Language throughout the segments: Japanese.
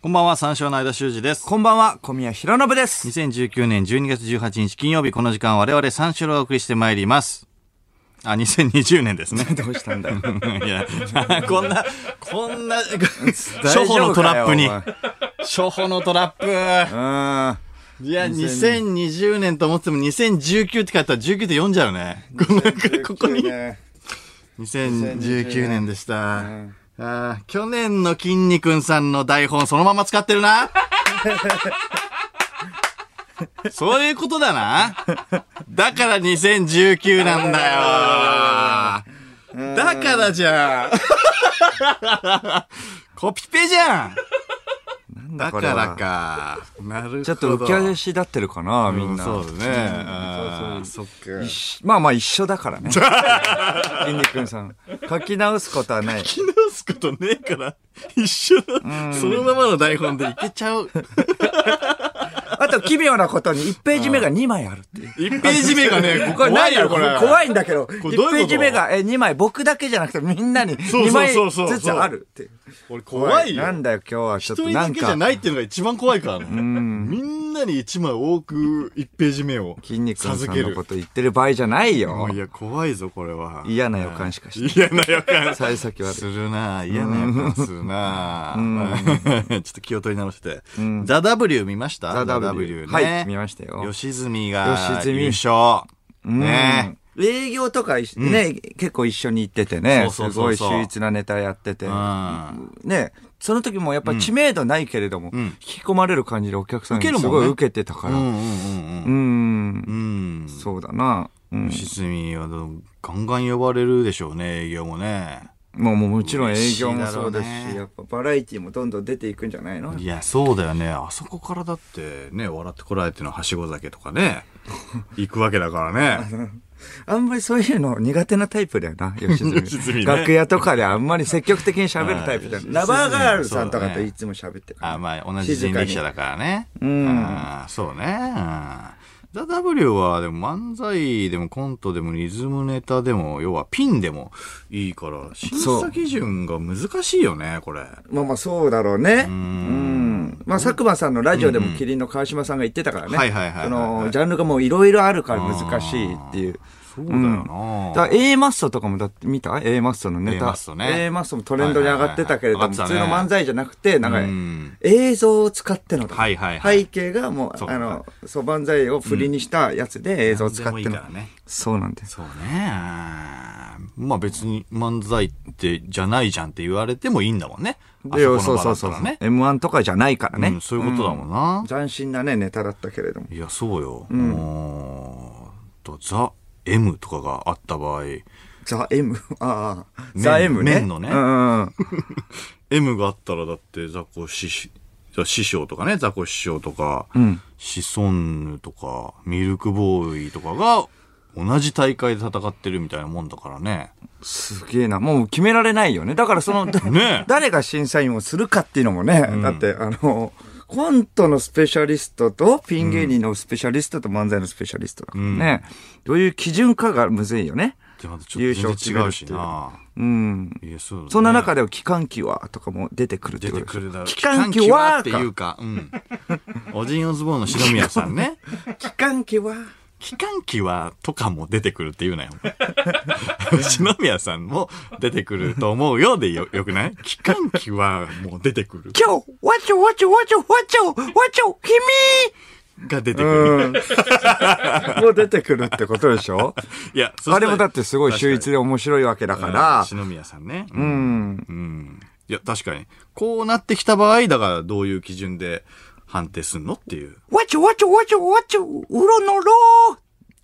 こんばんは、三章の間修二です。こんばんは、小宮弘信で す。2019年12月18日金曜日、この時間我々三章をお送りしてまいります。あ、2020年ですね。 どうしたんだ よ。いや、 こんな、こんな、 初歩のトラップに。大丈夫初歩のトラッかよプ。いや、2020年と思っても2019って書いたら19って読んじゃうね。こんなおいうん。ここに。ね2019年でした。んあー去年の筋肉さんの台本そのまま使ってるな。そういうことだな。だから2019なんだよ。だからじゃん。コピペじゃん。だかこれはらか。なるほど。ちょっと浮き足立ってるかな、みんな。うんそうだね。あーそっか。一緒まあまあ一緒 だからね。筋肉さん。書き直すことはない。聞き直すことねえから、一緒だ。そのままの台本でいけちゃう。あと奇妙なことに1ページ目が2枚あるっていう。 1ページ目が ね、こ 怖れ何いだよ、ろうこれ。怖いんだけど。1ペどういうことージ目がえ2枚、僕だけじゃなくてみんなにそう2枚そうそうそうずつあるっていう。これ怖いよ。なんだよ今日はち一ょっと人なだんけじゃか。ないっていうのが一番怖いからね。みんなに一枚多く、1ページ目を筋肉さん授けのるこ。と言ってる場合じゃないよい。や、怖いぞ、これは。嫌な予感しかし嫌な予感。幸先悪いするな嫌な予感するな ちょっと気を取り直して。ザ・ W 見ましたザね。W はい見ましたよ吉住が吉住優勝。ねうん営業とかいしね、結構一緒に行っててね、そうそうすそごういそう秀逸なネタやっててう、ん。ね、その時もやっぱ知名度ないけれども、引き込まれる感じでお客さん受けるにすもんねごい受けてたかうら、うんうんうんうん。ん、うん。そうだな、うん、吉住はガンガン呼ばれるでしょうね、営業もね。もうもうもちろん営業もそうです嬉しいだろうねしやっぱバラエティもどんどん出ていくんじゃないのいや、そうだよね。あそこからだって、ね、笑ってこられてのはしご酒とかね、行くわけだからね。あんまりそういうの苦手なタイプだよ な、吉住。吉住ね楽屋とかであんまり積極的に喋るタイプじゃ。うんんラバーガールさんとかといつも喋ってるからあ、まあ、同じ人力車だからね。うんん。そうね。ザ・ W は、でも漫才でもコントでもリズムネタでも、要はピンでもいいから、審査基準が難しいよね、これ。まあまあそうだろうね。うん。まあ佐久間さんのラジオでも麒麟の川島さんが言ってたからね。はいはいはいはいその、ジャンルがもういろいろあるから難しいっていう。そうだよな。だから A マッソとかもだって見た ?A マッソのネ A タ。マッソね A マッソもトレンドに上がってたけれども、はい普はいはい通上がってたのね漫才じゃなくて、なんかうん映像を使ってのとかはいはいはい背景がも、そううかあの、そう漫才を振りにしたやつで映像を使っ何でもいていかのら。ね。そうなんです。そうね。まあ別に漫才ってじゃないじゃんって言われてもいいんだもんね。あでそこのそう場そだうったそうらそう。ね。 M1 とかじゃないからうねん、。そういうことだもんな。斬新なね、ネタだったけれども。いや、そうよ。もうと、ザ・ M とかがあった場合、ザ・ M? ああ。ザ・ M ね。麺のねうんうん。 M があったらだってザコ師師師匠とかね、ザコ師匠とか、シソンヌとか、ミルクボーイとかが同じ大会で戦ってるみたいなもんだからね。すげえな。もう決められないよね。だからその、だ ねえ誰が審査員をするかっていうのもね、だって、あの、コントのスペシャリストと、ピン芸人のスペシャリストと漫才のスペシャリストだからね。どういう基準かがむずいよね。で、またちょっと全然違うしな。うん。いや、そうだねそんな中でも、期間期はとかも出てくるって出こてとくるだろう。期間期はっていうか、うん。 オジンオズボーンの篠宮さんね。期間期は期間期はとかも出てくるって言う なよ。篠宮さんも出てくると思うよでよよくない期間期はもう出てくる。今日、わちょわちょわちょわちょわちょ君が出てくる。 もう出てくるってことでしょいや、 そしたらあれもだってすごい秀逸で面白いわけだ確かかにらうん、篠宮さんね。う。うんん。うん。いや、確かに。こうなってきた場合、だからどういう基準で判定すんのっていう。わちょわちょわちょわちょ、うろのろ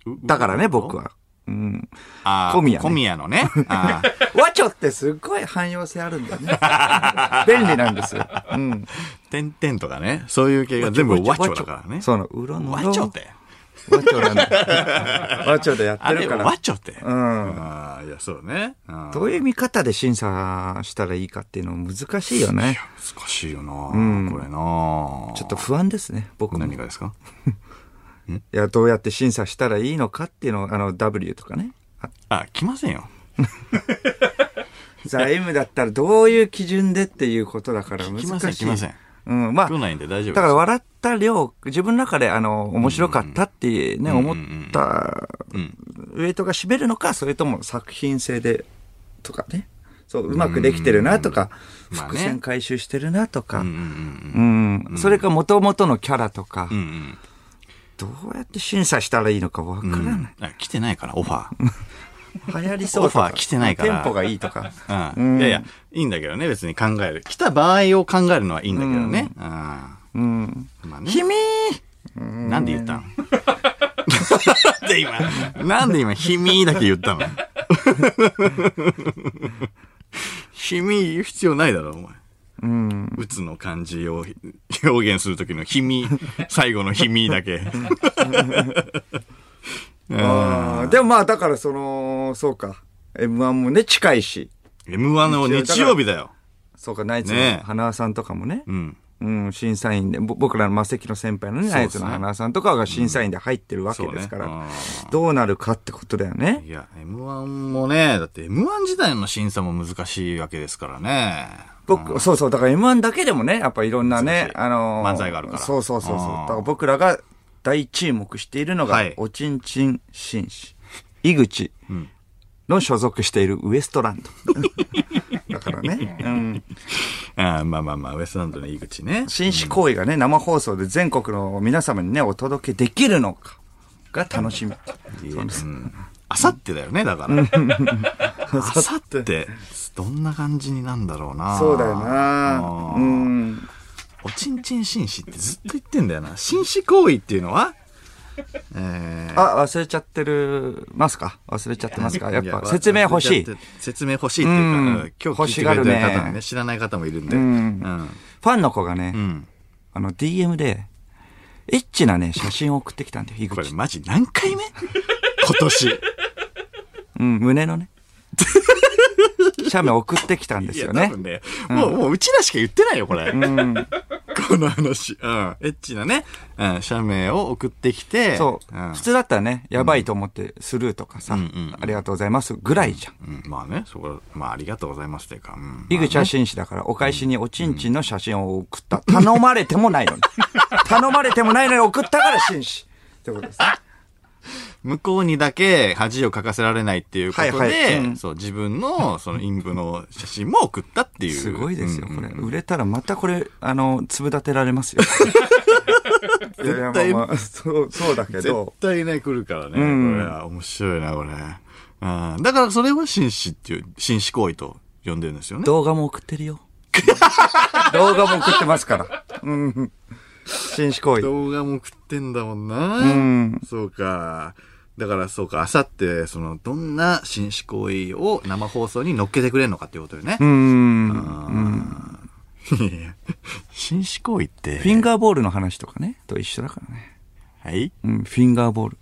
うーだからね、僕。は。うん。あー小宮ね小宮のね。あ ーわちょってすっごい汎用性あるんだ よね。便利なんですよ。うん。点々とかね、そういう系が全部ワチョだからね。そうなの、うろのろワー。チョって。わちょな んだ。わちょでやっあてるれ、から。ワチョって。うん。ああ、いや、そうね。うんどういう見方で審査したらいいかっていうの難しいよね。難しいよなこれなちょっと不安ですね、僕も。何いがですかや、どうやって審査したらいいのかっていうのを、あの、W とかね。ああ、来ませんよ。ザ・ M だったらどういう基準でっていうことだから難し来い。ません、来ません。うん、まあ、食うないんで大丈夫ですだから笑った量、自分の中で、あの、面白かったってね、思った、ウエイトが占めるのか、それとも作品性で、とかね。そう、うまくできてるなとか、まあね伏線回収してるなとか、うんうんうん。それか元々のキャラとかうんう、んどうやって審査したらいいのかわからうんうなんい。あ来てないからオファ ー流行りそうとか。 オファー来てないからテンポがいいとか。うんいやいやいいんだけどね別に考える来た場合を考えるのはいいんだけどねうんうん。まあね君なんで言ったのなんで今、なんで今、ひみーだけ言ったのひみー言う必要ないだろ、お前。うん。うつの漢字を表現するときのひみ、最後のひみーだけ。あーでもまあ、だからその、そうか。M1 もね、近いし。 M1 の日曜日だよ。そうか、ナイツねのえ花輪さんとかもね。うん。うん、審査員で、ぼ僕らの魔石の先輩のね、そうですねナイツの花輪さんとかが審査員で入ってるわけそうでねすか。ら、あどうなるかってことだよーね。いや、M1 もね、だって M1 自体の審査も難しいわけですからね。僕、そうそう、だから M1 だけでもね、やっぱいろんなね難し、いあのー漫才があるからそうそうそうそう。あーだから僕らが大注目しているのが、はいおちんちん紳士、井口んの所属しているウエストランド。 だからね、うん、あーまあまあまあ、ウエストランドの井口ね。紳士行為がね、生放送で全国の皆様にね、お届けできるのかが楽 しみ。そうですあさってだよね、だから。あさって、どんな感じになんだろうな。そうだよなあーうん。おちんちん紳士ってずっと言ってんだよな。紳士行為っていうのはえーあ、忘れちゃってるますか忘れちゃってますかやっいやぱ説明欲しい。わフ説明欲しいっていうか、うんうん今日聞いてくれてる欲し方がもるねね、知らない方もいるんで。んうん。ァンの子がね、うん。あの DM で、エッチなね、写真を送ってきたんだよ、井これ口。マジ何回 目今年。うん、胸のね。 写メ送ってきたんですいや、よ多ね。分ね、もう、もう、うちらしか言ってないよ、これ。 この話。うん。エッチなね、うん、社名を送ってきて、そう、うん普通だったらね、やばいと思ってスルーとかさ、うんうんありがとうございますぐらいじゃん。うん、まあね、そこ、まあありがとうございますというか、うん。井口は紳士だから、お返しにおちんちんの写真を送った。頼まれてもないの に。頼まれてもないのに送ったから紳士。ってことですね。向こうにだけ恥をかかせられないっていうことで、はいはいうんそう、自分の、その陰部の写真も送ったっていう。すごいですよ、うんこれ。売れたらまたこれ、あの、粒立てられますよ。 絶対あ、そう、そうだけ絶。対ね、来るからね。うんこれは面白いな、これ。うん。だからそれを紳士っていう、紳士行為と呼んでるんですよね。動画も送ってるよ。 動画も送ってますから。うん。紳士行為。動画も送ってんだもんうな。ん。そうか。だからそうか、あさって、その、どんな紳士行為を生放送に乗っけてくれるのかっていうことよね。うん。 いや紳士行為って。フィンガーボールの話とかね、と一緒だからね。はいうん、フィンガーボール。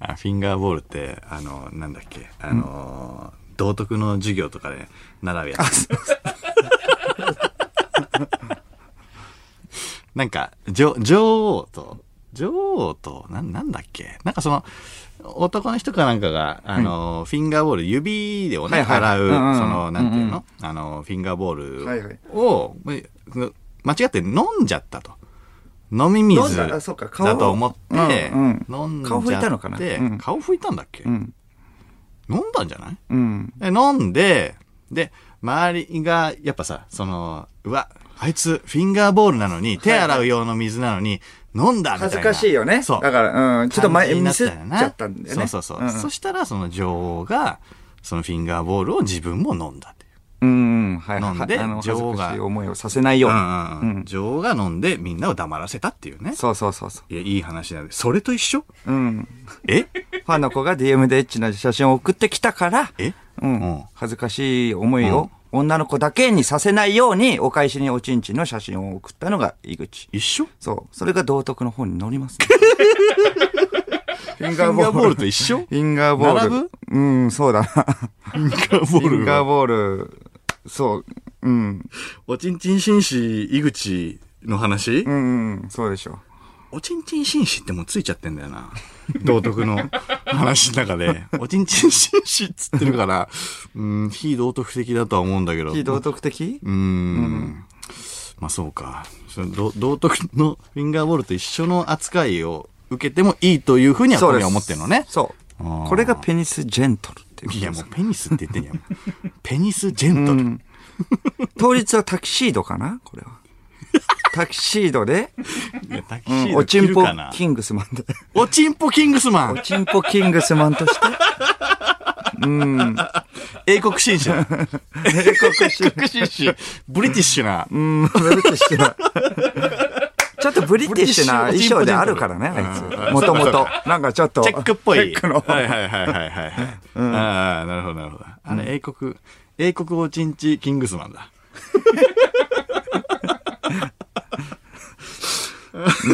あフィンガーボールって、あの、なんだっけ、あの、道徳の授業とかで習うやつ。 なんか、女、女王と、女王と、なん、なんだっけなんかその、男の人かなんかが、あの、フィンガーボール、指でをね、はいはい払う、うんうんその、なんていうの、あの、フィンガーボールはいはいを、ま間違って飲んじゃったと。飲み飲ん水だだあそうか顔をと思って、うんう飲んじゃって、顔拭いたのかなうん顔拭いたんだっけ、うん。飲んだんじゃないうん。で飲んで、で、周りが、やっぱさ、その、うわ、あいつ、フィンガーボールなのに、手洗う用の水なのに、飲んだみたいな。恥ずかしいよね。そう。だから、うん。ちょっと前、感じになミたスよっちゃったんだよね。そうそうそう。そしたら、その女王が、そのフィンガーボールを自分も飲んだっていう。うん。うん。はい。飲んであの、恥女王ずがかしい思いをさせないように。うんうんうん女王が飲んで、みんなを黙らせたっていうね。そうそうそうそいや、いい話なんで、それと一緒う。うん。えファンの子が DM でエッチな写真を送ってきたから、えうんうん恥ずかしい思いを女の子だけにさせないように、お返しにおちんちんの写真を送ったのが井口。一緒そう。それが道徳の方に載り ます、ね。フィンフィンガーボールと。一緒フィンガーボール。並うん、そうだな。フフィンガーボーィンルガーボール。そう。うん。おちんちん紳士、井口の話、うん、うんそうでしょおちんちん紳士ってもうついちゃってんだよな。道徳の話の中で。 おちんちん紳士っつってるから、うん、非道徳的だとは思うんだけど。う。非道徳的うーん。まあそうか。その道道徳のフィンガーボールと一緒の扱いを受けてもいいというふうにはそこうれです。は思ってるのね。そう。あーこれがペニスジェントルっていうこといやでもすう。ペニスって言ってんやん。ペニスジェントル。当日はタキシードかなこ れは。タキシードで、いやタキうシーん、ドおち着んるぽかなキングスマンで。おちんぽキングスマおン。ちんぽキングスマンとして、 英国紳士だ。英国英国紳士。ブリティッシュな。うん、ブリティッシュな。ちょっとブリティッシュなブリティッシ衣ュ装であるからね、あいつ。もともと。なんかちょっと。チェックっぽい。チェックの。はいはいはいはいはい。ああ、なるほどなるほど。あれ、英国、英国おちんちキングスマンだ。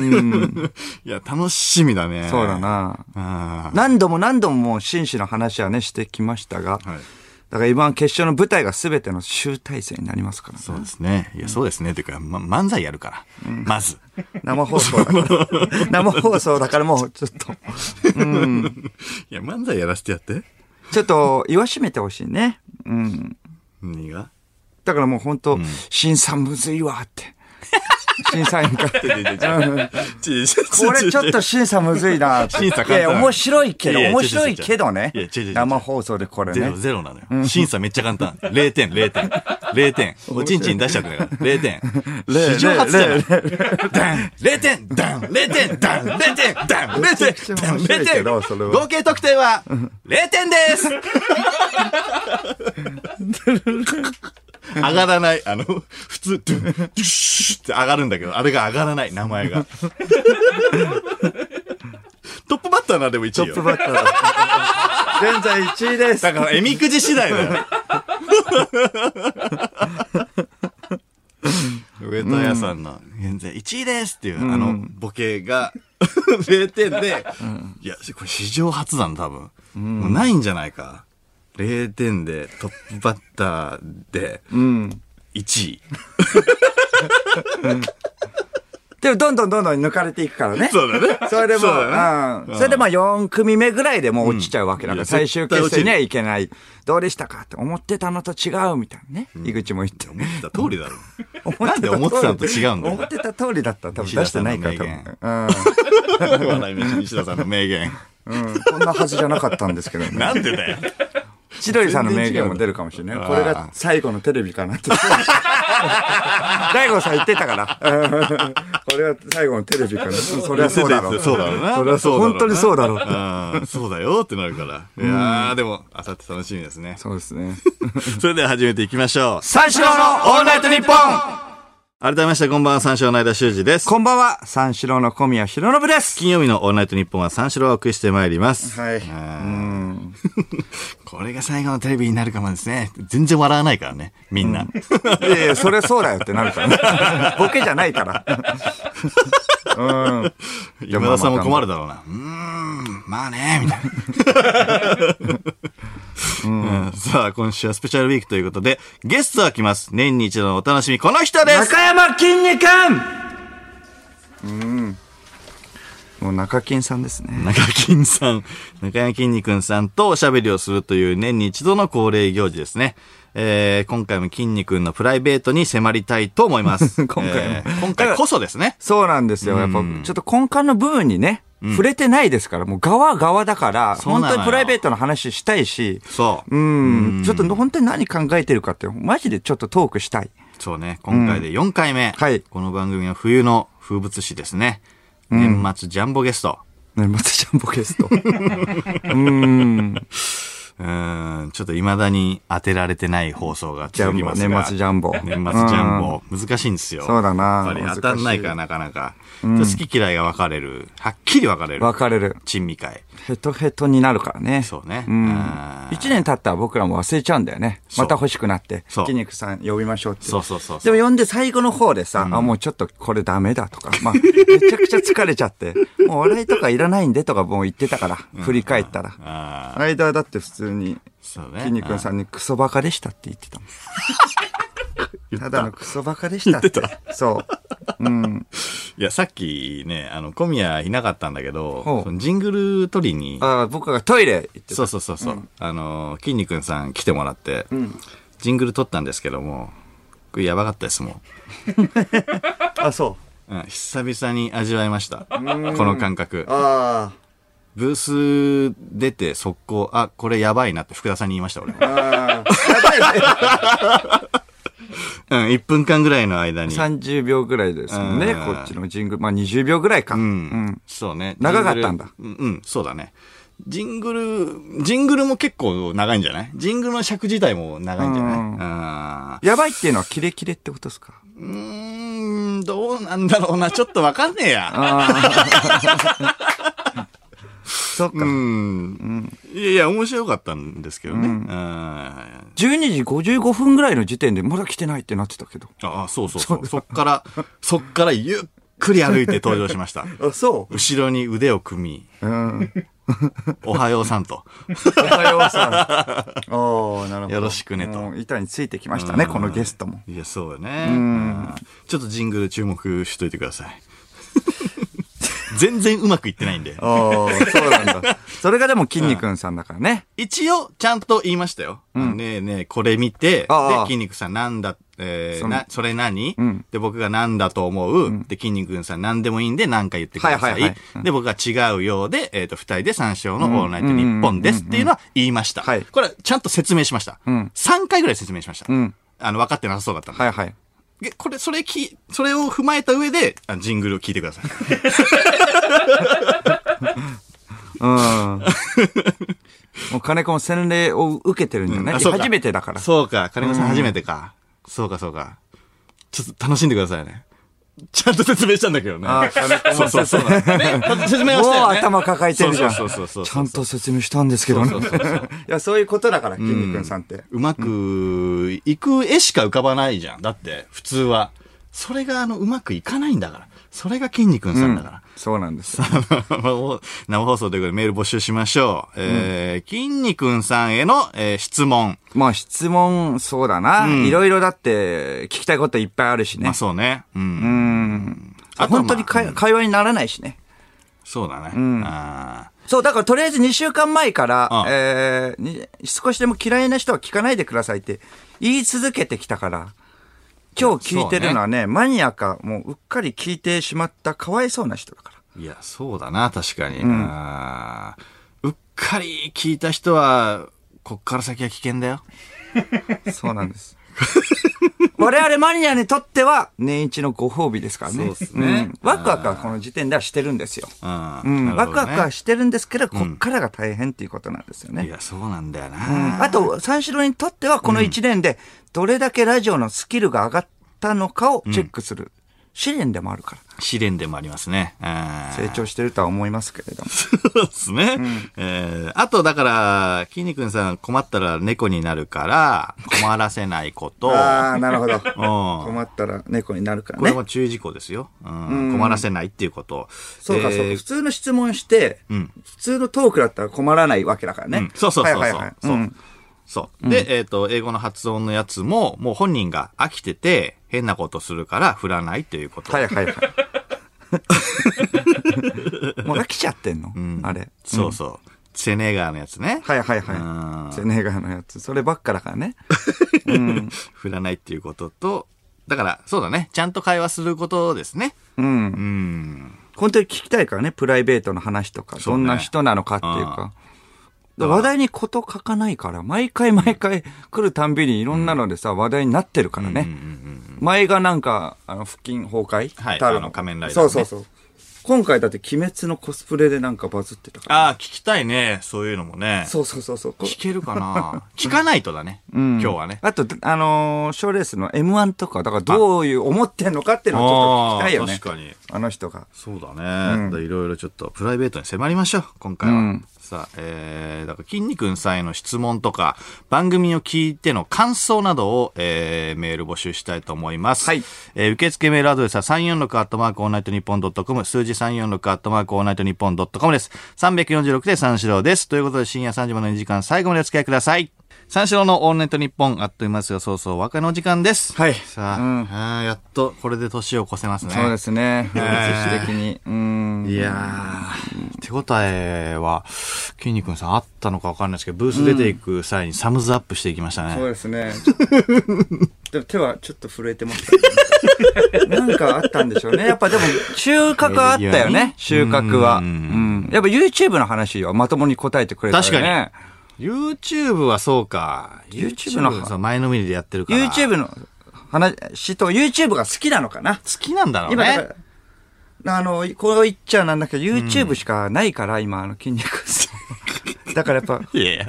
いや、楽しみだね。そうだ。な。あ何度も何度ももう紳士の話はね、してきましたが。あ。はい。だから今決勝の舞台が全ての集大成になります からね、そうですね。いや、そうですね。というか、ま、漫才やるから。まず。生放送だから。生放送だからもうちょっいと、や、漫才やらせてやって。ちょっと言わしめてほしいね。うん。何がだからもう本当、審査むずいわって。 審査員から。ここれちょっと審査むずいなって。審査簡単いやいや、面白いけど、いやいや面白いけどね違う違う違ういや違う違う違う。生放送でこれゼねロ、。ゼロなのよ。審査めっちゃ簡単。0点、0点。0点。 おちんちん出しちゃったから。0点。 0史上初じゃない。ダン !0 点ダン !0 点ダン !0 点ダン !0 めちゃ点くちゃダン面白いけどそれ !0 点は合計得点は0点です 上がらない。あの、普通、ドゥン、ドゥッシュって上がるんだけど、あれが上がらない、名前 が。トップバッターな、でもト1位ップよ。バッターだ。現在1位です。だから、えみくじ次第だよ。上戸屋さんの、現在1位ですっていう、あの、ボケが、0点で、いや、これ史上初なの、多分。もうないんじゃないか。0点で、トップバッターで、1位。でも、どんどんどんどん抜かれていくからね。そうだね。それでもそうう、だうん。それでまあ4組目ぐらいでもう落ちちゃうわけだうんいかやら、最終決戦にはいけない。どうでしたかって思ってたのと違うみたいなね。井口も言って。思ってた通りだろ。思っなんてたで通り 思ってたのと違うんだよ思ってた通りだった。多分出してないから、多西田分。笑い飯西田さんの名言。うん。うん。こんなはずじゃなかったんですけ どね。なんでだよ。千鳥さんの名言も出るかもしれない。全然こ違うなれが最後のテレビかなって。大悟さん言ってたから。うんこれが最後のテレビかな。そりゃそうだろう。そうだろうな。そりゃそう。だろ本当にそうだろう。うんそうだよってなるから。いやー、でも、あさって楽しみですね。そうですね。それでは始めていきましょう。三四郎のオールナイトニッポン改めまして、こんばんは、三四郎の間修二です。こんばんは、三四郎の小宮浩信です。金曜日のオールナイトニッポンは三四郎をお送りしてまいります。はいうん。これが最後のテレビになるかもですね。全然笑わないからね、みんな。いやいや、そりゃそうだよってなる からね。ボケじゃないから。うん。山田さんも困るだろうな。うーん、まあね、みたい な。うんさあ、今週はスペシャルウィークということで、ゲストが来ます。年に一度のお楽しみ、この人です中山きんに君うん。もう中金さんですね。中金さん、中山きんに君さんとおしゃべりをするという年に一度の恒例行事ですね。えー、今回もきんに君のプライベートに迫りたいと思います。 今回もえー今回こそですね。そうなんですよ。やっぱ、ちょっと根幹の部分にね、触れてないですから、もう側は側だから、そうな本のよ当にプライベートの話したいし、そう。うん、ちょっと本当に何考えてるかって、マジでちょっとトークしたい。そうね、今回で4回目。はいこの番組は冬の風物詩ですね。年末ジャンボゲスト。年末ジャンボゲスト。 うーん、ちょっと未だに当てられてない放送がジャ続きンボ、ますが年末ジャンボ。 年末ジャンボ。難しいんですよ。そうだなやっぱり当たんないから、なかなか。好き嫌いが分かれる。はっきり分かれる。分かれる。珍味会。ヘトヘトになるからね。そうね。うんあー一年経ったら僕らも忘れちゃうんだよね。そうまた欲しくなって。そう筋肉さん呼びましょうって。そうそうそうでも呼んで最後の方でさ、あ、もうちょっとこれダメだ とか、まあ、めちゃくちゃ疲れちゃって、もう笑いとかいらないんでとかもう言ってたから、振り返ったら。あー間はだって普通に、そうね。筋肉さんにクソバカでしたって言ってたもん。ただのクソバカでしたって。そう。うん。いや、さっきね、あの、小宮いなかったんだけど、ほうそのジングル取りに、あ僕がトイレ行ってそた。うそうそうそう、あの、筋肉さん来てもらって、ジングル取ったんですけども、クやばかったですもん。あ、そうん、久々に味わいました。この感覚う。。あブース出て速攻、あ、これやばいなって福田さんに言いました、俺あ。も。ああ。やばいね。うん、1分間ぐらいの間に。 30秒ぐらいですもんね。うんこっちのジングル。まあ20秒ぐらいか。ううん。そうね。長かったんだジングルうん、うんそうだね。ジングル、ジングルも結構長いんじゃないジングルの尺自体も長いんじゃないうんあーやばいっていうのはキレキレってことですかうーん、どうなんだろうな。ちょっとわかんねえや。 そううか。ん。いやいや、面白かったんですけどね。うんあ12時55分ぐらいの時点でまだ来てないってなってたけど。あ、そうそうそう。そっから、そっからゆっくり歩いて登場しました。 あ、そ後ろに腕を組み、う。うん。おはようさんと。おはよう さん。おー、なるほど。よろしくねともう板についてきましたね、このゲストも。いや、そうよね。うんちょっとジングル注目しといてください。 全然うまくいってないんで。おー、そうなんだ。 それがでも、筋肉さんだからね。一応、ちゃんと言いましたよ。ねえねえ、これ見て、ああで、筋肉さんなんだ、えーそのな、それ何、んで、僕がなんだと思う、で、筋肉さん何でもいいんで何か言ってください。はいはいはいうんで、僕が違うようで、えっ、と、二人で三章のオールナイト日本ですっていうのは言いました。はいこれはちゃんと説明しました。ん三3回ぐらい説明しました。んあの、分かってなさそうだったんで。はいはい。でこれ、それき、それを踏まえた上で、あジングルを聞いてください。うん。もう金子も洗礼を受けてるんじゃない、あそうか初めてだから。そうか、金子さん初めてか。そうか、そうか。ちょっと楽しんでくださいね。ちゃんと説明したんだけどね。あー金 子そ もうそうそう。ね説明はもうしたよ、ね。頭抱えてるじゃん。そうそうそうそうちゃんと説明したんですけどね。そうそうそういや、そういうことだから、筋肉さんって。うまくいく絵しか浮かばないじゃん。だって、普通は。それが、あの、うまくいかないんだから。それが筋肉さんだから。 そうなんですよ。生放送ということでメール募集しましょう。えー、筋肉さんへの、えー質問。まあ質問、そうだな。いろいろだって、聞きたいこといっぱいあるしまねあ。そうね。うん。うん。あとはまあ本当に会,、会話にならないしね。そうだね。あそう、だからとりあえず2週間前から、ああえーに少しでも嫌いな人は聞かないでくださいって言い続けてきたから、今日聞いてるのはね、マニアか、もううっかり聞いてしまったかわいそうな人だから。ーいや、そうだな、確かに、あーうっかり聞いた人は、こっから先は危険だよ。そうなんです。 我々マニアにとっては、年一のご褒美ですからね。そうっすねうんワクワクはこの時点ではしてるんですよ。うん。なうん、るワほどクワねクはしてるんですけど、こっからが大変っていうことなんですよね。いや、そうなんだような。んあと、三四郎にとっては、この一年で、どれだけラジオのスキルが上がったのかをチェックする。試練でもあるか試練でもありますね。ら、成成長してるとは思いますけれども。そうですね。えーあと、だから、きんに君さん困ったら猫になるから、困らせないこと。 ああ、なるほ ど。うん困ったら猫になるかこれらね。も注意事項ですよ。うん、困らせないっていうこと。そうか、えそうーか。普通の質問して、ん普通のトークだったら困らないわけだからうねん。そうそうそうそう。はいはいはい。そううんそう。で、えっ、と、英語の発音のやつも、もう本人が飽きてて、変なことするから振らないということ。はい はい はい。もう飽きちゃってんのあれ。そうそう。セネガーのやつね。はいはいうんはい。セネガーのやつ。そればっかだからね。振らないっていうことと、だから、そうだね。ちゃんと会話することですね。うんう。ん。本当に聞きたいからね、プライベートの話とか、そうどねんな人なのかっていうか。だから話題にこと書かないから、毎回毎回来るたんびにいろんなのでさ、話題になってるからね。前がなんか、あの、腹筋崩壊はいタロあの仮面ライダーそねうそうそう。今回だって鬼滅のコスプレでなんかバズってたから。ああ、聞きたいね。そういうのもね。そうそうそうそう。こ聞けるかな聞かないとだね。今日はね。あと、あのー、賞レースの M1 とか、だからどういう思ってんのかっていうのをちょっと聞きたいよあーね。確かに。あの人が。そうだね。だからいろいろちょっとプライベートに迫りましょう、今回は。さあ、えー、だから、筋肉さんへの質問とか、番組を聞いての感想などを、えー、メール募集したいと思います。はいえー、受付メールアドレスは346アットマークオールナイトニッポンドットコム、数字346アットマークオールナイトニッポンドットコムです。346で三四郎です。ということで、深夜3時までの2時間、最後までお付き合いください。三四郎のオールナイトニッポン、あっという間ですが、そうそう、お別れのお時間です。はいさあ、うんあーやっと、これで年を越せますね。そうですね。えー歴史的に。うん。いやー、という手応えは、筋肉さんあったのかわかんないですけど、ブース出ていく際にサムズアップしていきましたね。そうですね。でも手はちょっと震えてま した、ね、なんかあったんでしょうね。やっぱでも収穫はあったよね。収穫は。ううんん。やっぱ YouTube の話はまともに答えてくれたよね。確か YouTube はそうか。YouTube の YouTube そう前のめりでやってるから。好 YouTube の話と YouTube が好きなのかな。きなんだろう今だかねら。あの、こう言っちゃなんだけど、YouTube しかないから、今、あの、 筋肉さんだからやっぱ、いやいや。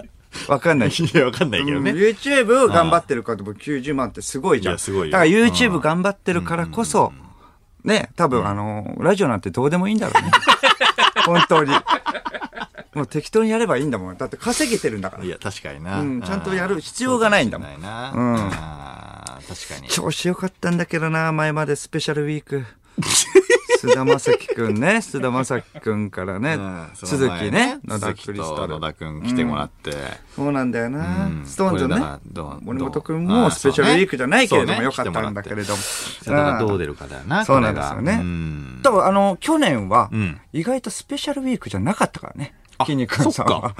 わかんない。いや、わかんないけどうんね。 YouTube を頑張ってるかとも90万ってすごいじゃいん。やすごいよだから YouTube 頑張ってるからこそ、ね、多分あの、ラジオなんてどうでもいいんだろ うね。本当に。もう適当にやればいいんだもん。だって稼げてるんだからい。や、確かにな。うんちゃんとやる必要がないんだもんそうかもしれうんないな。うん。確かに。調子良かったんだけどな、前までスペシャルウィ ーク。菅田将暉くんね、菅田将暉くんからねうん、その鈴前木ね、野田鈴木クリスとタ野ル。田くん来てもらって。そうなんだよな。うんストーンズこれだねからどう。森ど本うくんあもあスペシャルウィークじゃないけれどそうもね良かったんだけれども。だからうんどう出るかだよな、そうこなれんでがすよねうん多分あの、去年はん、意外とスペシャルウィークじゃなかったからね。あ筋肉さんそっはか。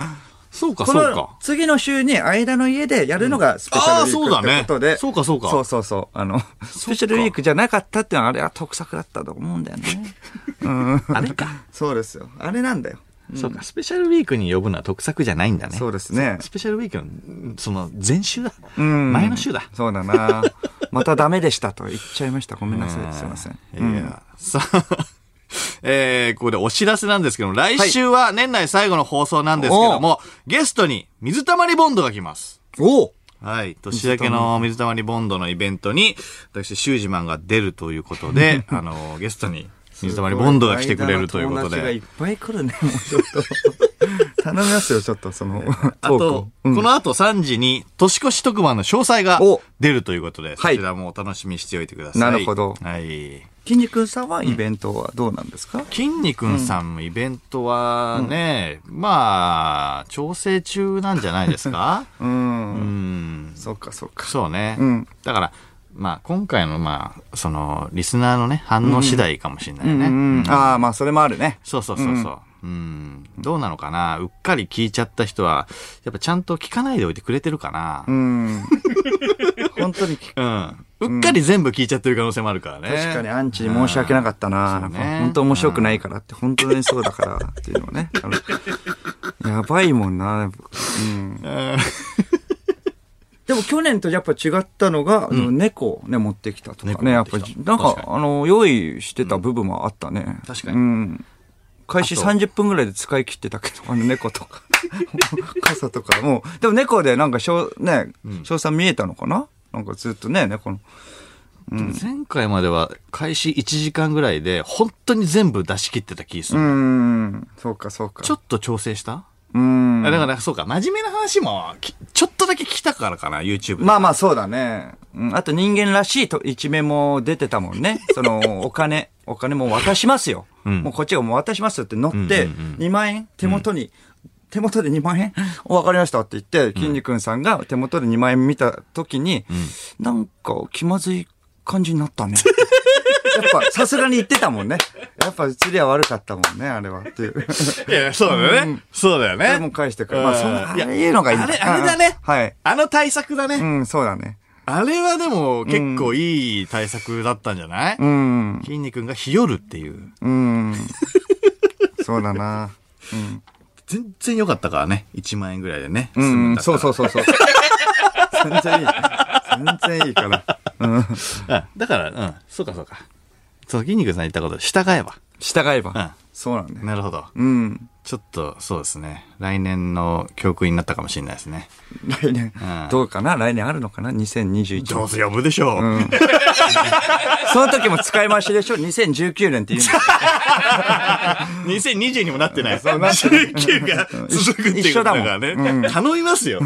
そうか、こそうのか。次の週に間の家でやるのがスペシャルウィークってことあーそうで。だねそうかそうかそうそうそう。あの、スペシャルウィークじゃなかったっていうのはあれは得策だったと思うんだよ ね。うん。あれ か。そうですよ。あれなんだよ。そうか、スペシャルウィークに呼ぶのは得策じゃないんだね。そうですね。スペシャルウィークのうん、その、前週だ。うん前の週だ。そうだな。またダメでしたと言っちゃいました。ごめんなさい。すいません。いや、さあ、 えー、ここでお知らせなんですけども、来週は年内最後の放送なんですけども、ゲストに水溜りボンドが来ます。おおはい。年明けの水溜りボンドのイベントに、私、シュージマンが出るということ で、あの、ゲストに水溜りボンドが来てくれるということ間の友達がいでっ。ぱい来るね、もうちょっと。頼みますよ、ちょっと、その、 あトークをと、この後3時に年越し特番の詳細がお出るということで、そはいちらもお楽しみにしておいてください。なるほどはい。筋肉さんはイベントはどうなんですか、筋肉さんもイベントはね、まあ、調整中なんじゃないです かう。うんん。そっかそっか。そうね。うんだから、まあ、今回の、まあ、その、リスナーのね、反応次第かもしれないね。うん。ああ、まあ、それもあるね。そうそうそうそう。うん、どうなのかなうっかり聞いちゃった人は、やっぱちゃんと聞かないでおいてくれてるかな うん。本当に、うん。うっかり全部聞いちゃってる可能性もあるからね。確かにアンチに申し訳なかったな。うんそうね本当面白くないからって、本当にそうだからっていうのはね。あのやばいもんな。うん。 でも去年とやっぱ違ったのが、あの猫をね、持ってきたとか猫ね。持やっってぱ、きたなんか、確かあの、用意してた部分もあったね。確かにうん。開始あと30分ぐらいで使い切ってたけど、あの猫とか。 傘とかもう。でも猫でなんか、しょう、ね、翔さん見えたのかななんかずっとね、猫の。前回までは開始1時間ぐらいで、本当に全部出し切ってた気がすうる。ん。そうか、そうか。ちょっと調整した、うん。だから、そうか、真面目な話もき、ちょっとだけ聞いたからかな、YouTube。まあまあそうだね。うん、あと人間らしいと一面も出てたもん ね。その、お金、お金もう渡しますよ。んもうこっちがもう渡しますよって乗って、うんうん2万円手元に、手元で2万 円お、わかりましたって言って、きんに君さんが手元で2万円見た時に、なんか気まずい感じになっ たね。やっぱさすがに言ってたもんね。やっぱ映りは悪かったもんね、あれは。っていう。いや、そうだよね。そうだよでもねう。返してから。まあそんうんな、あいやれいうのがいいんあれあれだねはい。あの対策だね。うん、そうだね。あれはでも結構いい対策だったんじゃない、うん。筋肉が日和るっていう。うん。 そうだな。全然良かったからね。1万円ぐらいでね。う済むん。だからそうそうそうそう。全然いい。全然いいから。うん。あだから、うん。そうかそうか。そう、筋肉さん言ったこと、従えば。従えば。うんそうなんだよ。なるほど。うん。ちょっと、そうですね。来年の教訓になったかもしれないですね。来年、うんどうかな来年あるのかな ?2021 どうせ呼ぶでしょう。 その時も使い回しでしょ ?2019 年って言うんだよ2020にもなってない。そうなってない19が続くっていうことだからね。一緒だもんうん頼みますよ。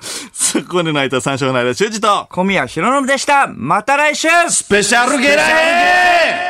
そこで泣いた三章の間、修二と、小宮浩信でしたまた来週スペシャルゲラー